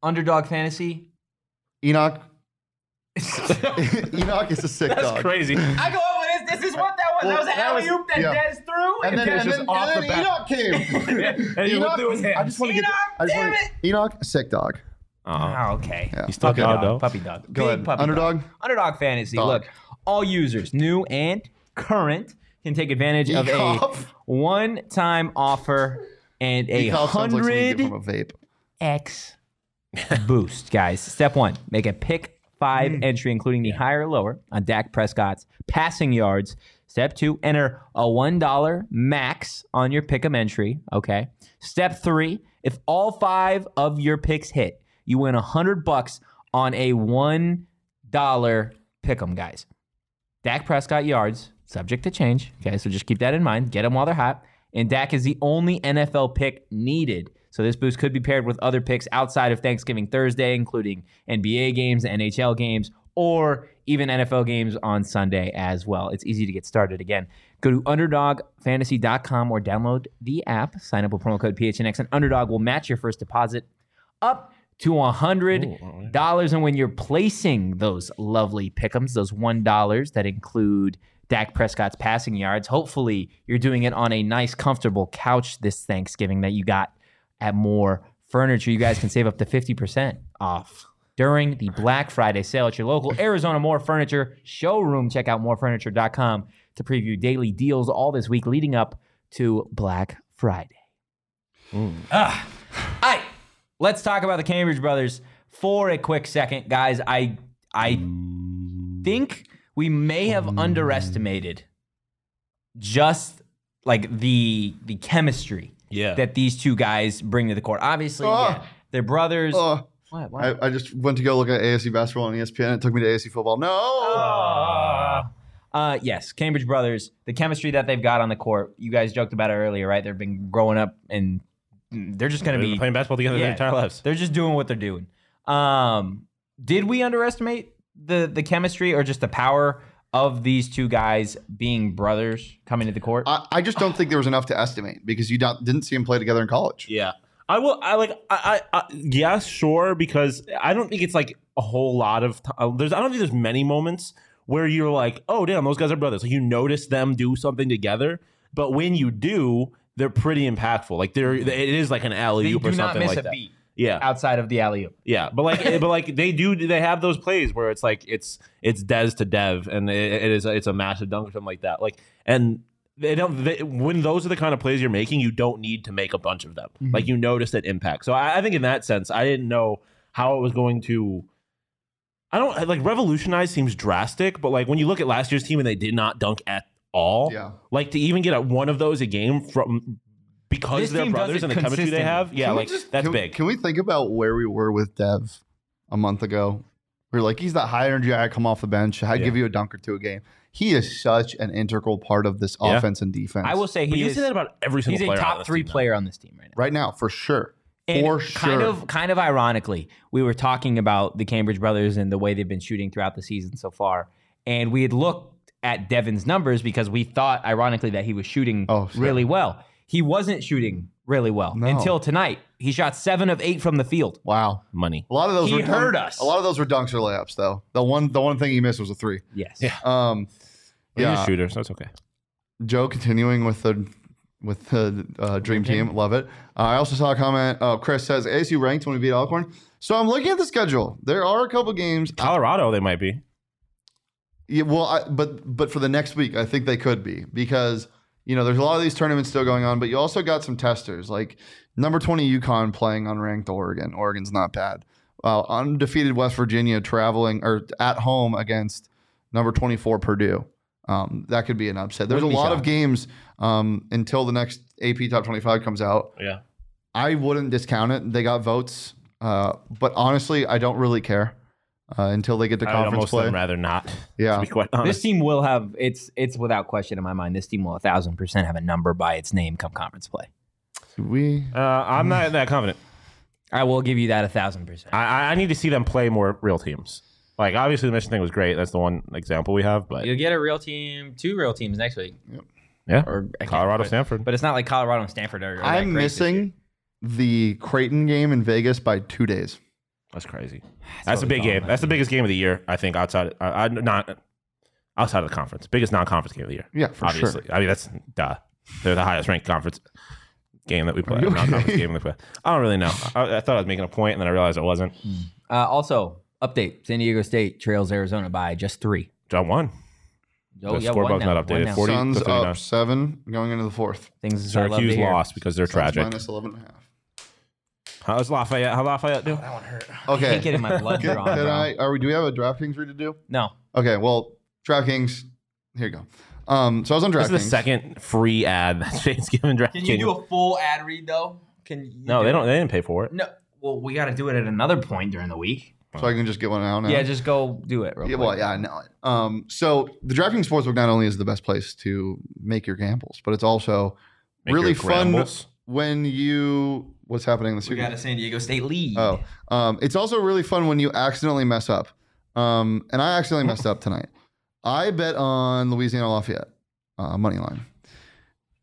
B: Underdog fantasy.
A: Enoch
C: That's
A: Enoch is a sick dog.
C: crazy.
B: I go up with this. This is what that was.
A: Well, that was- yeah.
B: Dez threw.
A: And then, and
C: It's just
A: then, and
C: off
A: then
C: the bat.
A: Enoch came.
C: and he went through his
A: I
C: hand.
A: just want to get.
B: Enoch,
A: I just
B: damn
A: wanna- Enoch, sick dog.
C: Aw.
B: Oh, okay.
A: Yeah.
C: He's still
A: Okay.
C: got
B: Dog,
C: though.
B: Puppy dog.
A: Go
B: Big
A: ahead.
B: Puppy Dog.
A: Underdog.
B: Underdog fantasy.
A: Dog.
B: Look, all users, new and current, can take advantage of a
A: Ecoff.
B: one-time offer and a
A: Ecoff sounds like something you
B: hundred
A: get from a vape.
B: x boost, guys. Step one: make a pick five entry, including the higher or lower on Dak Prescott's passing yards. Step two: enter a one dollar max on your pick'em entry. Okay. Step three: if all five of your picks hit, you win a hundred bucks on a one dollar pick'em, guys. Dak Prescott yards, subject to change. Okay, so just keep that in mind. Get them while they're hot. And Dak is the only NFL pick needed. So this boost could be paired with other picks outside of Thanksgiving Thursday, including NBA games, NHL games, or even NFL games on Sunday as well. It's easy to get started again. Go to underdogfantasy.com or download the app. Sign up with promo code PHNX, and Underdog will match your first deposit up to a hundred dollars. And when you're placing those lovely pickums, those one dollars that include Dak Prescott's passing yards, hopefully you're doing it on a nice, comfortable couch this Thanksgiving that you got at more furniture. You guys can save up to fifty percent off. During the Black Friday sale at your local Arizona More Furniture showroom, check out morefurniture.com to preview daily deals all this week leading up to Black Friday. Ah, I let's talk about the Cambridge brothers for a quick second, guys. I I think we may have underestimated just like the the chemistry
C: Yeah.
B: that these two guys bring to the court. Obviously,
A: Ah.
B: yeah, they're brothers.
A: Uh,
B: What, what?
A: E
C: Oh.
A: I, I just went to go look at ASU basketball on ESPN. It took me to ASU football. No.
B: Ah. Uh, yes, Cambridge brothers, the chemistry that they've got on the court. You guys joked about it earlier, right? They've been growing up and they're just going
C: They've
B: to
C: been
B: be
C: playing basketball together
B: Yeah.
C: their entire lives.
B: they're just doing what they're doing. Um, did we underestimate the the chemistry or just the power of these two guys being brothers coming to the
C: Uh,
B: court?
A: I, I just don't think there was enough to estimate because you don't, didn't see them play together in college.
C: Yeah. I will. I like. I, I, I. Yeah, sure. Because I don't think it's like a whole lot of. ti- uh there's. I don't think there's many moments where you're like, oh damn, those guys are brothers. Like you notice them do something together, but when you do, they're pretty impactful. Like they're. It is like an alley
B: they
C: oop
B: do
C: or
B: not
C: something
B: miss
C: like
B: a
C: that.
B: beat
C: Yeah.
B: outside of the alley oop.
C: Yeah, but like, eh, but like they do, they have those plays where it's like it's it's Dez to Dev, and it, it is it's a massive dunk or something like that. Like, and they don't they, when those are the kind of plays you're making, you don't need to make a bunch of them.
B: Mm-hmm.
A: Mhm.
C: Like you notice that impact. So I, I think in that sense, I didn't know how it was going to. I don't like revolutionize seems drastic, but like when you look at last year's team and they did not dunk at all,
A: Yeah.
C: like to even get at one of those a game from because
B: This
C: they're
B: team does
C: brothers
B: it
C: and the chemistry they
B: consistently.
C: have, yeah,
A: Can we
C: like
A: just-
C: that's
A: can we-
C: big.
A: Can we think about where we were with Dev a month ago? We were like, he's that high energy guy, come off the bench, I
C: Yeah.
A: give you a dunk or two a game. He is such an integral part of this
C: Yeah.
A: offense and defense.
B: I will say
C: but
B: he
C: you
B: is,
C: say that about every single
B: he's a
C: player on
B: top
C: this
B: three
C: team now.
B: player on this team right now.
A: right now for sure, for sure.
B: Kind of, kind of ironically, we were talking about the Cambridge brothers and the way they've been shooting throughout the season so far, and we had looked at Devin's numbers because we thought, ironically, that he was shooting
A: Oh, sure.
B: really well. He wasn't shooting really well
A: No.
B: until tonight. He shot seven of eight from the field.
A: wow.
C: money.
A: A lot of those
B: He
A: were dunk-
B: hurt us.
A: A lot of those were dunks or layups, though. The one, the one thing he missed was a three.
B: Yes.
C: Yeah.
A: Um,
C: He's
A: yeah.
C: a shooter, so it's okay.
A: Joe continuing with the with the uh, dream team, love it. Uh, I also saw a comment. Uh, Chris says ASU ranked when we beat Alcorn. So I'm looking at the schedule. There are a couple games.
C: Colorado, they might be.
A: Yeah, well, I, but but for the next week, I think they could be because you know there's a lot of these tournaments still going on, but you also got some testers like number 20 UConn playing unranked Oregon. Oregon's not bad. Uh, undefeated West Virginia traveling or at home against number 24 Purdue. Um, that could be an upset. There's a
C: Wouldn't be
A: lot of
C: shocked.
A: games um, until the next AP Top 25 comes out.
C: Yeah.
A: I wouldn't discount it. They got votes, uh, but honestly, I don't really care uh, until they get to
C: I would
A: conference
C: almost
A: play.
C: then rather not.
A: Yeah.
C: To be quite
B: This
C: honest.
B: team will have it's it's without question in my mind. This team will a thousand percent have a number by its name come conference play.
A: We
C: Uh, I'm not that confident.
B: I will give you that a thousand percent.
C: I, I- I need to see them play more real teams. Like obviously the mission thing was great. That's the one example we have, but
B: You'll get a real team, two real teams next week.
C: yeah,
B: Or I can't-
C: Colorado,
B: but-
C: Stanford.
B: But it's not like Colorado and Stanford are. are that
A: I'm
B: great this year.
A: missing the Creighton game in Vegas by two days.
C: that's crazy. That's,
B: what
C: a
B: we
C: big
B: call
C: game.
B: it.
C: That's the biggest game of the year, I think. Outside, uh, uh, not outside of the conference, biggest non-conference game of the year.
A: Yeah, for
C: obviously. I mean, that's duh. They're the highest ranked conference game that we play.
A: you
C: Non-conference
A: okay?
C: game that we play. I don't really know. I, I thought I was making a point, and then I realized I wasn't.
B: Uh, also, update: San Diego State trails Arizona by just three.
C: John won.
B: Oh,
C: The scoreboard's
B: one now,
C: not
B: one
C: updated.
B: now.
C: 40
A: sure.
C: to
A: Suns
C: 39.
A: up seven going into the fourth.
B: Things that I love
C: Syracuse
B: to hear.
C: lost because they're
A: Suns
C: tragic.
A: Minus 11 and a half.
C: How's Lafayette? How Lafayette do?
A: Okay.
B: Can't get in my blood
A: Can-
B: drawn.
A: can
B: bro.
A: I, are we, do we have a DraftKings read to do?
B: No,
A: Okay, well, DraftKings, here you go. Um, so I was on DraftKings.
C: This is the second free ad that Shane's given DraftKings.
B: a full ad read though? Can you
C: no, they don't. They didn't pay for it.
B: No. Well, we got to do it at another point during the week.
A: So I can just get one out now.
B: Yeah, just go do it. Real
A: Yeah,
B: quick.
A: well, yeah, I know it. Um, so the DraftKings Sportsbook not only is the best place to make your gambles, but it's also
C: Make
A: really
C: your
A: fun
C: grambles.
A: when you. What's happening this
B: We
A: weekend?
B: got a San Diego State lead.
A: Oh, um, it's also really fun when you accidentally mess up. Um, and I accidentally messed up tonight. I bet on Louisiana Lafayette uh, money line,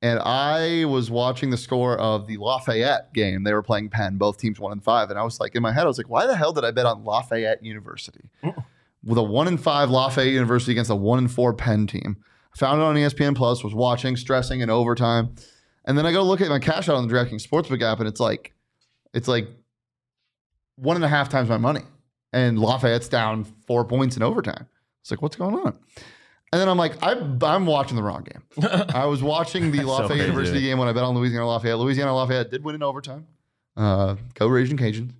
A: and I was watching the score of the Lafayette game. They were playing Penn, both teams one and five, and I was like, in my head, I was like, why the hell did I bet on Lafayette University with a one and five Lafayette University against a one and four Penn team? Found it on E ESPN Plus. Was watching, stressing in overtime, and then I go look at my cash out on the DraftKings Sportsbook app, and it's like, it's like one and a half times my money. And Lafayette's down four points in overtime. It's like, what's going on? And then I'm like, I, I'm watching the wrong game. I was watching the Lafayette
C: crazy,
A: University
C: dude.
A: game when I bet on Louisiana Lafayette. Louisiana Lafayette did win in overtime. Uh, go Raging Cajuns.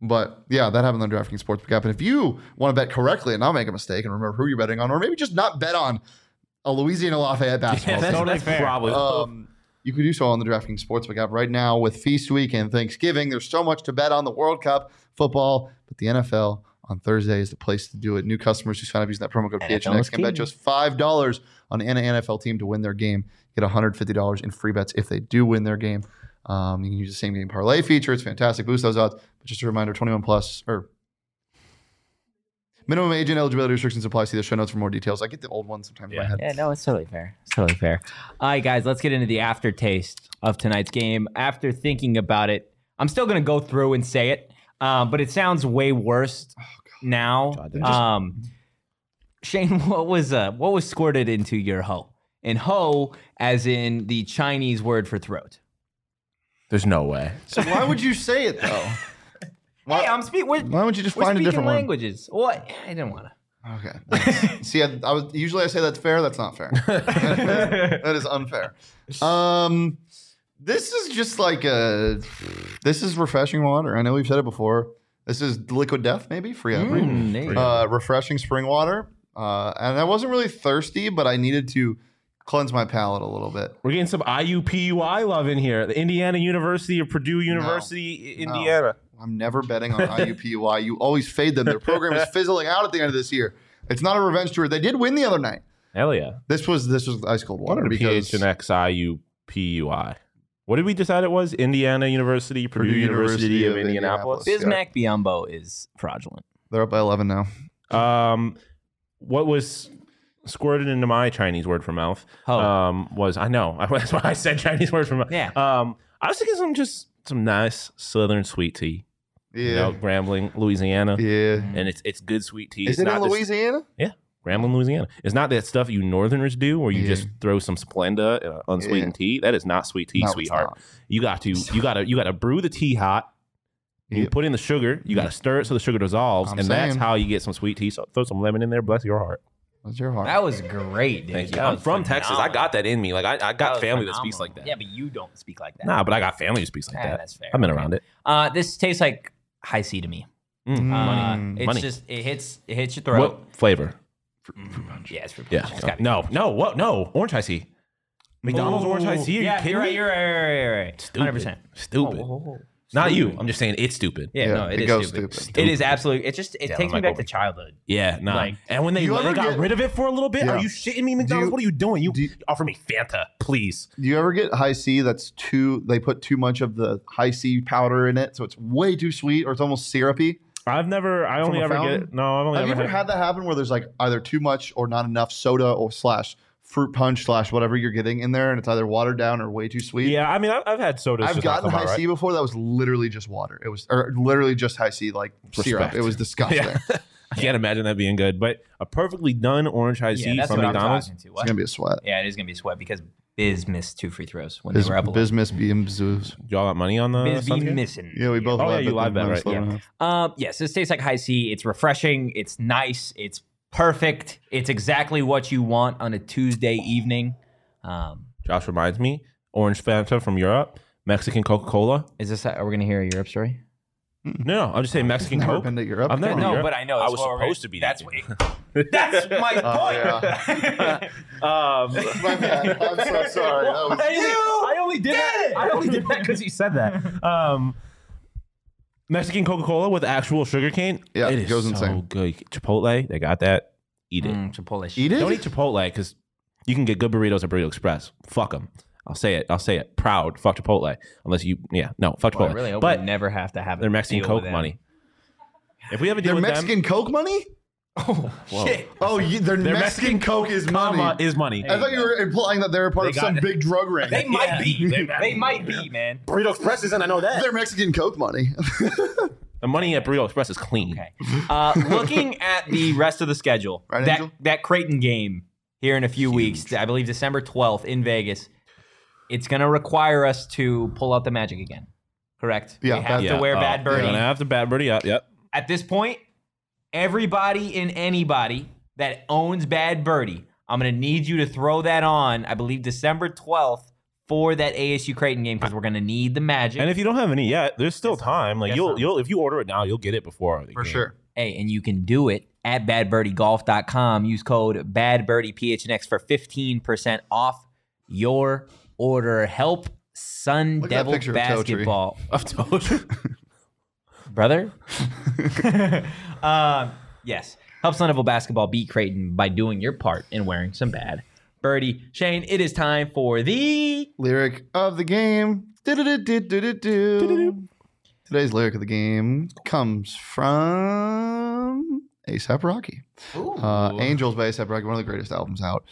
A: But yeah, that happened on the DraftKings Sportsbook app. And if you want to bet correctly and not make a mistake and remember who you're betting on, or maybe just not bet on a Louisiana Lafayette basketball
C: Yeah,
A: team,
C: that's,
B: totally
C: that's
B: fair.
C: probably.
A: um, you can do so on the DraftKings Sportsbook app right now with Feast Week and Thanksgiving. There's so much to bet on the World Cup, football, but the NFL on Thursday is the place to do it. New customers who sign up using that promo code
B: NFL
A: PHNX
B: is
A: can bet
B: king.
A: just $5 on an NFL team to win their game. Get $150 in free bets if they do win their game. Um, you can use the same game parlay feature. It's fantastic. Boost those odds. But just a reminder 21 plus or minimum age and eligibility restrictions apply. See the show notes for more details. I get the old one sometimes in my
C: Yeah.
A: head.
B: Yeah, no, it's totally fair. It's totally fair. All right, guys, let's get into the aftertaste of tonight's game. After thinking about it, I'm still going to go through and say it, um, but it sounds way worse
A: Oh,
B: now.
C: God, that just-
B: um, Shane, what was uh, what was squirted into your hoe? And hoe, as in the Chinese word for throat.
C: There's no way.
A: So why would you say it though?
B: hey, I'm speaking. We're,
A: Why don't you just
B: we're
A: find a
B: speaking
A: different language.
B: languages. What? I didn't want to.
A: one? Okay. See, I, I was usually I say that's fair. That's not fair. that is unfair. Um, this is just like a. This is refreshing water. I know we've said it before. This is liquid death, maybe free ivory.
B: Mm, there you go.
A: uh, refreshing spring water. Uh, and I wasn't really thirsty, but I needed to cleanse my palate a little bit.
C: We're getting some IUPUI love in here. The Indiana University or Purdue University, I-
A: No.
C: Indiana.
A: I'm never betting on IUPUI. You always fade them. Their program is fizzling out at the end of this year. It's not a revenge tour. They did win the other night.
C: Hell yeah.
A: This was this was ice cold water because
C: PHNXIUPUI. What did we decide it was? Indiana University, Purdue,
A: Purdue
C: University,
A: University
C: of,
A: of
C: Indianapolis.
A: Indianapolis.
B: Bismack Biombo is fraudulent.
A: they're up by 11 now.
C: Um, what was squirted into my Chinese word for mouth
B: Hoe.
A: Oh. Uh,
C: um, was I know that's why I said Chinese word for mouth.
B: Yeah.
C: Um, I was thinking some just some nice Southern sweet tea. You
A: Yeah,
C: know, Grambling, Louisiana,
A: yeah.
C: and it's it's good sweet tea.
A: Is
C: it's
A: it in
C: not this-
A: Louisiana?
C: Grambling, Louisiana. It's not that stuff you Northerners do, where you
A: Yeah.
C: just throw some Splenda and uh, unsweetened tea. That is not sweet tea,
A: No, it's
C: sweetheart.
A: not.
C: You got to you got to you got to brew the tea hot. You
A: Yeah.
C: put in the sugar. You got to stir it so the sugar dissolves,
A: I'm
C: and that's
A: saying.
C: how you get some sweet tea. So throw some lemon in there. Bless your heart.
A: That's your heart.
B: That was great, dude.
C: Thank you.
B: That
C: I'm
B: was
C: from Texas. I
B: phenomenal.
C: got that in me. Like I, I got
B: was
C: family that speaks like
B: phenomenal.
C: that.
B: Yeah, but you don't speak like that.
C: Nah, but I got family who speaks like
B: Ah,
C: that.
B: that's fair.
C: I've been around it.
B: Uh, this tastes like high C to me.
A: Hmm.
C: Mm.
B: Uh,
A: Money.
B: It's
C: Money.
B: just it hits it hits your
C: what
B: throat.
C: flavor?
B: Yeah, it's for
C: Yeah.
B: It's gotta be-
C: no, no, what? No, orange high tea. McDonald's orange high tea. Are
B: yeah,
C: you kidding
B: you're right,
C: me?
B: You're right. You're right. You're right. Hundred percent.
C: Stupid. Not you. I'm just saying it's stupid.
B: Yeah,
A: Yeah,
B: no,
A: it
B: it is
A: goes
B: stupid.
A: stupid.
B: It is absolutely. It just it
C: Yeah,
B: takes me
C: like
B: back
C: what we-
B: to childhood.
C: Yeah, nah.
B: Like-
C: and when they,
A: You
C: when
A: ever
C: they got
A: get-
C: rid of it for a little bit,
A: Yeah.
C: are you shitting me, McDonald's?
A: you-
C: what are you doing? You,
A: do you-
C: offer me Fanta, please.
A: Do you ever get high C? That's too. They put too much of the high C powder in it, so it's way too sweet, or it's almost syrupy.
C: I've never. I
A: only a ever fountain? get-
C: No, I've only
A: Have you ever had that happen where there's like either too much or not enough soda or slash fruit punch slash whatever you're getting in there, and it's either watered down or way too sweet?
C: I mean, I've, I've had sodas.
A: I've gotten high C before that was literally just water. It was or literally just high C like syrup.
C: Respect.
A: It was disgusting.
C: Yeah. I can't imagine that being good, but a perfectly done orange high
B: Yeah,
C: C
B: that's
C: from
B: what
C: McDonald's.
B: I'm talking to.
A: It's
B: What?
A: gonna be a sweat.
B: yeah, it is gonna be sweat because Biz missed two free throws when
A: Biz,
B: they were up. a lot.
A: Bismus being Zeus.
C: Y'all got money on the
B: Biz be
C: Suns game?
B: missing.
A: Yeah, we both.
C: Oh, yeah,
A: laughed
C: you
A: at
C: lied
A: the
C: about
A: minus
C: it, right? Yeah.
A: 11.
B: Um, yes, this tastes like high C. It's refreshing. It's nice. It's perfect. It's exactly what you want on a Tuesday evening. Um,
C: Josh reminds me, orange Fanta from Europe, Mexican Coca Cola.
B: is this? Are we gonna hear a Europe story?
C: No, no, I'm just saying Mexican
A: Never
C: Coke.
A: been to Europe.
C: I've
A: Come
C: never-
A: on.
C: No, Europe?
B: I know.
C: I
B: that's
C: was
B: what we're
C: supposed
B: gonna-
C: to be
B: That's
C: that
B: what- that's my
C: Uh,
B: point.
A: Oh, yeah.
C: Um,
A: My bad. I'm so sorry. That was-
C: I only, I only did that. I only did that because he said that. Um, Mexican Coca Cola with actual sugar cane.
A: Yeah,
C: it
A: it
C: is
A: goes
C: so
A: insane.
C: good. Chipotle, they got that. Eat it.
B: Mm, Chipotle.
A: Eat
C: Don't
A: it.
C: eat Chipotle because you can get good burritos at Burrito Express. Fuck them. I'll say it. I'll say it. Proud. Fuck Chipotle. Unless you, yeah, no, fuck
B: Well,
C: Chipotle.
B: I really hope
C: but
B: we never have to have
C: they're
B: a
C: Mexican
B: deal
C: Coke
B: with them.
C: money. If we have a
A: They're
C: deal with them,
A: Mexican Coke money.
C: whoa,
B: Shit.
A: Oh, you, their,
C: Their
A: Mexican,
C: Mexican
A: Coke is money.
C: comma is money.
A: I thought you were implying that they're a part
B: They
A: of
B: got
A: some
B: it.
A: big drug ring.
B: They might be. They, they might be, man.
C: Burrito Express isn't. I know that.
A: they're Mexican Coke money.
C: The money at Burrito Express is clean.
B: Okay. Uh, looking at the rest of the schedule,
A: Right,
B: that
A: Angel?
B: that Creighton game here in a few weeks, I believe December twelfth in Vegas, it's going to require us to pull out the magic again. Correct.
A: Yeah,
B: we have to
A: bad-
B: wear
C: oh,
B: bad
C: we're
B: birdie.
C: gonna have the bad birdie up. Yep.
B: At this point, everybody and anybody that owns bad birdie, I'm going to need you to throw that on. I believe December twelfth for that ASU Creighton game because we're going to need the magic.
C: And if you don't have any yet, there's still time. Like
B: Yes,
C: you'll
B: sir.
C: you'll if you order it now, you'll get it before the
A: For
C: game.
A: sure.
B: Hey, and you can do it at badbirdiegolf.com. Use code BadBirdiePHNX for 15% off your order. Help Sun
A: Look at that
B: Devil
A: picture of Toe Tree.
B: Basketball.
C: Of toast.
B: brother. um, yes. Help Somerville basketball beat Creighton by doing your part and wearing some bad birdie. Shane, it is time for the
A: Lyric of the game. Do-do-do-do-do-do. Today's lyric of the game comes from ASAP Rocky. Uh, Angels by ASAP Rocky, one of the greatest albums out.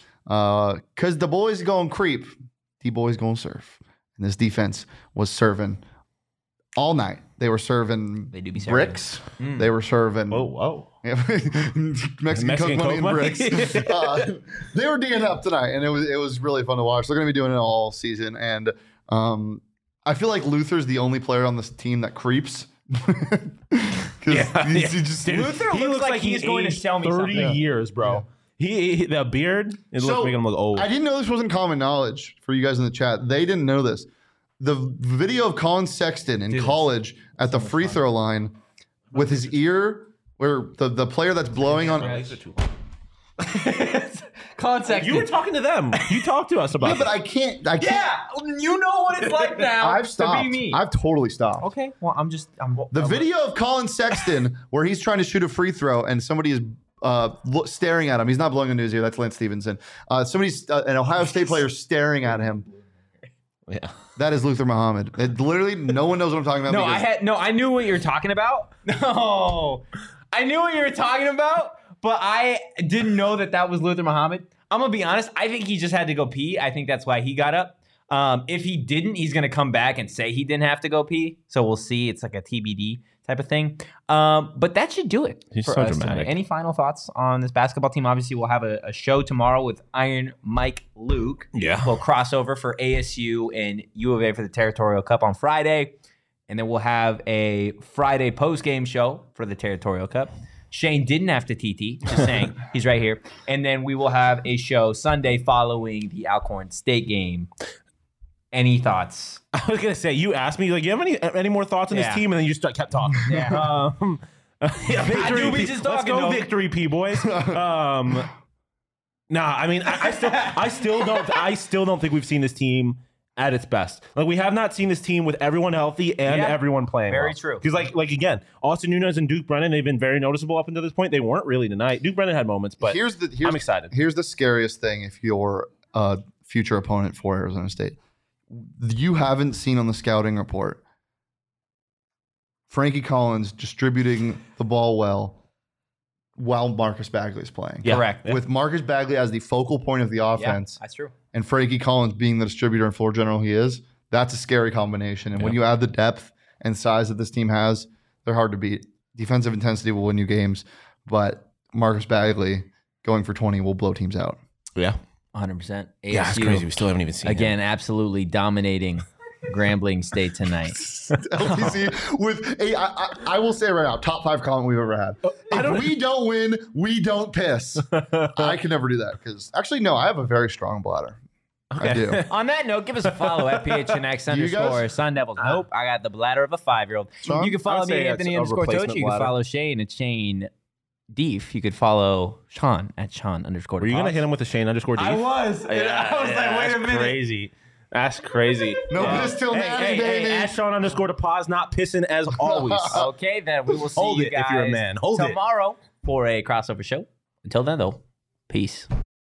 A: Because the boys going creep, the boys going surf. And this defense was serving all night. They were serving
B: They do be serving.
A: bricks. They were serving
C: Whoa, whoa.
A: Yeah, Mexican, Coke
C: Mexican
A: money
C: Coke
A: and
C: money.
A: bricks. Uh, they were D'ing up tonight, and it was it was really fun to watch. They're going to be doing it all season, and um, I feel like Luther's the only player on this team that creeps. 'Cause
C: Yeah,
A: he's-
C: yeah.
A: he just-
C: Dude,
B: Luther looks like he's going to
C: aged
B: sell me
C: 30
B: something.
C: years, bro. He, he- the beard is
A: So,
C: look making him look old.
A: I didn't know this wasn't common knowledge for you guys in the chat. They didn't know this. The video of Colin Sexton in
B: Dude,
A: college at the free throw line with his ear, where the, the player that's blowing on.
C: legs are too long.
B: context.
C: You were talking to them. You talked to us about.
A: Yeah,
C: it.
A: but I can't. I can't.
B: yeah, you know what it's like now.
A: I've stopped.
B: To be me.
A: I've totally stopped.
B: okay, well, I'm just. I'm,
A: The
B: I'm-
A: video of Colin Sexton where he's trying to shoot a free throw and somebody is uh, lo- staring at him. He's not blowing a news here. That's Lance Stevenson. Uh, somebody's uh, an Ohio State player staring at him.
C: yeah.
A: That is Luther Muhammad. It- literally, no one knows what I'm talking about.
B: No, I
A: because-
B: had no. I knew what you were talking about. No, I knew what you were talking about, but I didn't know that that was Luther Muhammad. I'm gonna be honest. I think he just had to go pee. I think that's why he got up. Um, if he didn't, he's gonna come back and say he didn't have to go pee. So we'll see. It's like a TBD type of thing. Um, but that should do it.
C: He's
B: for
C: so
B: us tonight.
C: dramatic.
B: Any final thoughts on this basketball team? Obviously, we'll have a, a show tomorrow with Iron Mike Luke
C: Yeah.
B: we'll crossover for ASU and U of A for the Territorial Cup on Friday. And then we'll have a Friday post game show for the Territorial Cup. Shane didn't have to TT, just saying he's right here. And then we will have a show Sunday following the Alcorn State game. Any thoughts?
C: I was gonna say you asked me like you have any any more thoughts on
B: Yeah.
C: this team, and then you start, kept talking.
B: Yeah.
C: Um, yeah, victory,
B: do be
C: P.
B: just
C: Let's
B: talking,
C: go
B: though.
C: victory, p boys. Um, nah, I mean, I, I still, I still don't, I still don't think we've seen this team at its best. Like we have not seen this team with everyone healthy and
B: Yeah.
C: everyone playing.
B: Very true.
C: Because like, like again, Austin Nunes and Duke Brennan, they've been very noticeable up until this point. They weren't really tonight. Duke Brennan had moments, but
A: here's the here's,
C: I'm excited.
A: Here's the scariest thing if you're a future opponent for Arizona State. You haven't seen on the scouting report Frankie Collins distributing the ball well while Marcus Bagley's playing.
C: Yeah.
B: Correct.
C: Yeah.
A: With Marcus Bagley as the focal point of the offense
B: Yeah, that's true.
A: and Frankie Collins being the distributor and floor general he is, that's a scary combination. And when you add the depth and size that this team has, they're hard to beat. Defensive intensity will win you games, but Marcus Bagley going for 20 will blow teams out.
C: yeah,
B: 100%. ASU,
C: yeah, it's crazy. We still haven't even seen him.
B: again, absolutely dominating Grambling State tonight.
A: LTC with a, I, I, I will say right now, top five comment we've ever had. If we don't win, we don't piss. I can never do that because actually, no, I have a very strong bladder. I do.
B: On that note, give us a follow at PHNX
A: You guys-
B: underscore Sun Devils. Nope, I got the bladder of a five year old.
A: Sean?
B: You can
C: Uh, I
B: follow
C: would
B: me
C: say
B: at
C: that's
B: Anthony
C: a
B: underscore
C: replacement
B: Tochi. You can
C: bladder.
B: follow Shane at Shane Deef. You could follow Sean at Sean underscore.
C: Were you gonna hit him with a Shane underscore D?
B: I was.
C: Yeah,
B: I was
C: yeah,
B: like, wait
C: that's
B: a minute.
C: Crazy. That's crazy.
A: No piss till
C: hey,
A: natty,
C: hey, hey,
A: baby.
C: ask Sean underscore to pause, not pissing as always.
B: Okay, then we will see
C: Hold
B: you
C: it
B: guys
C: if you're a man. Hold it.
B: tomorrow for a crossover show. Until then, though, peace.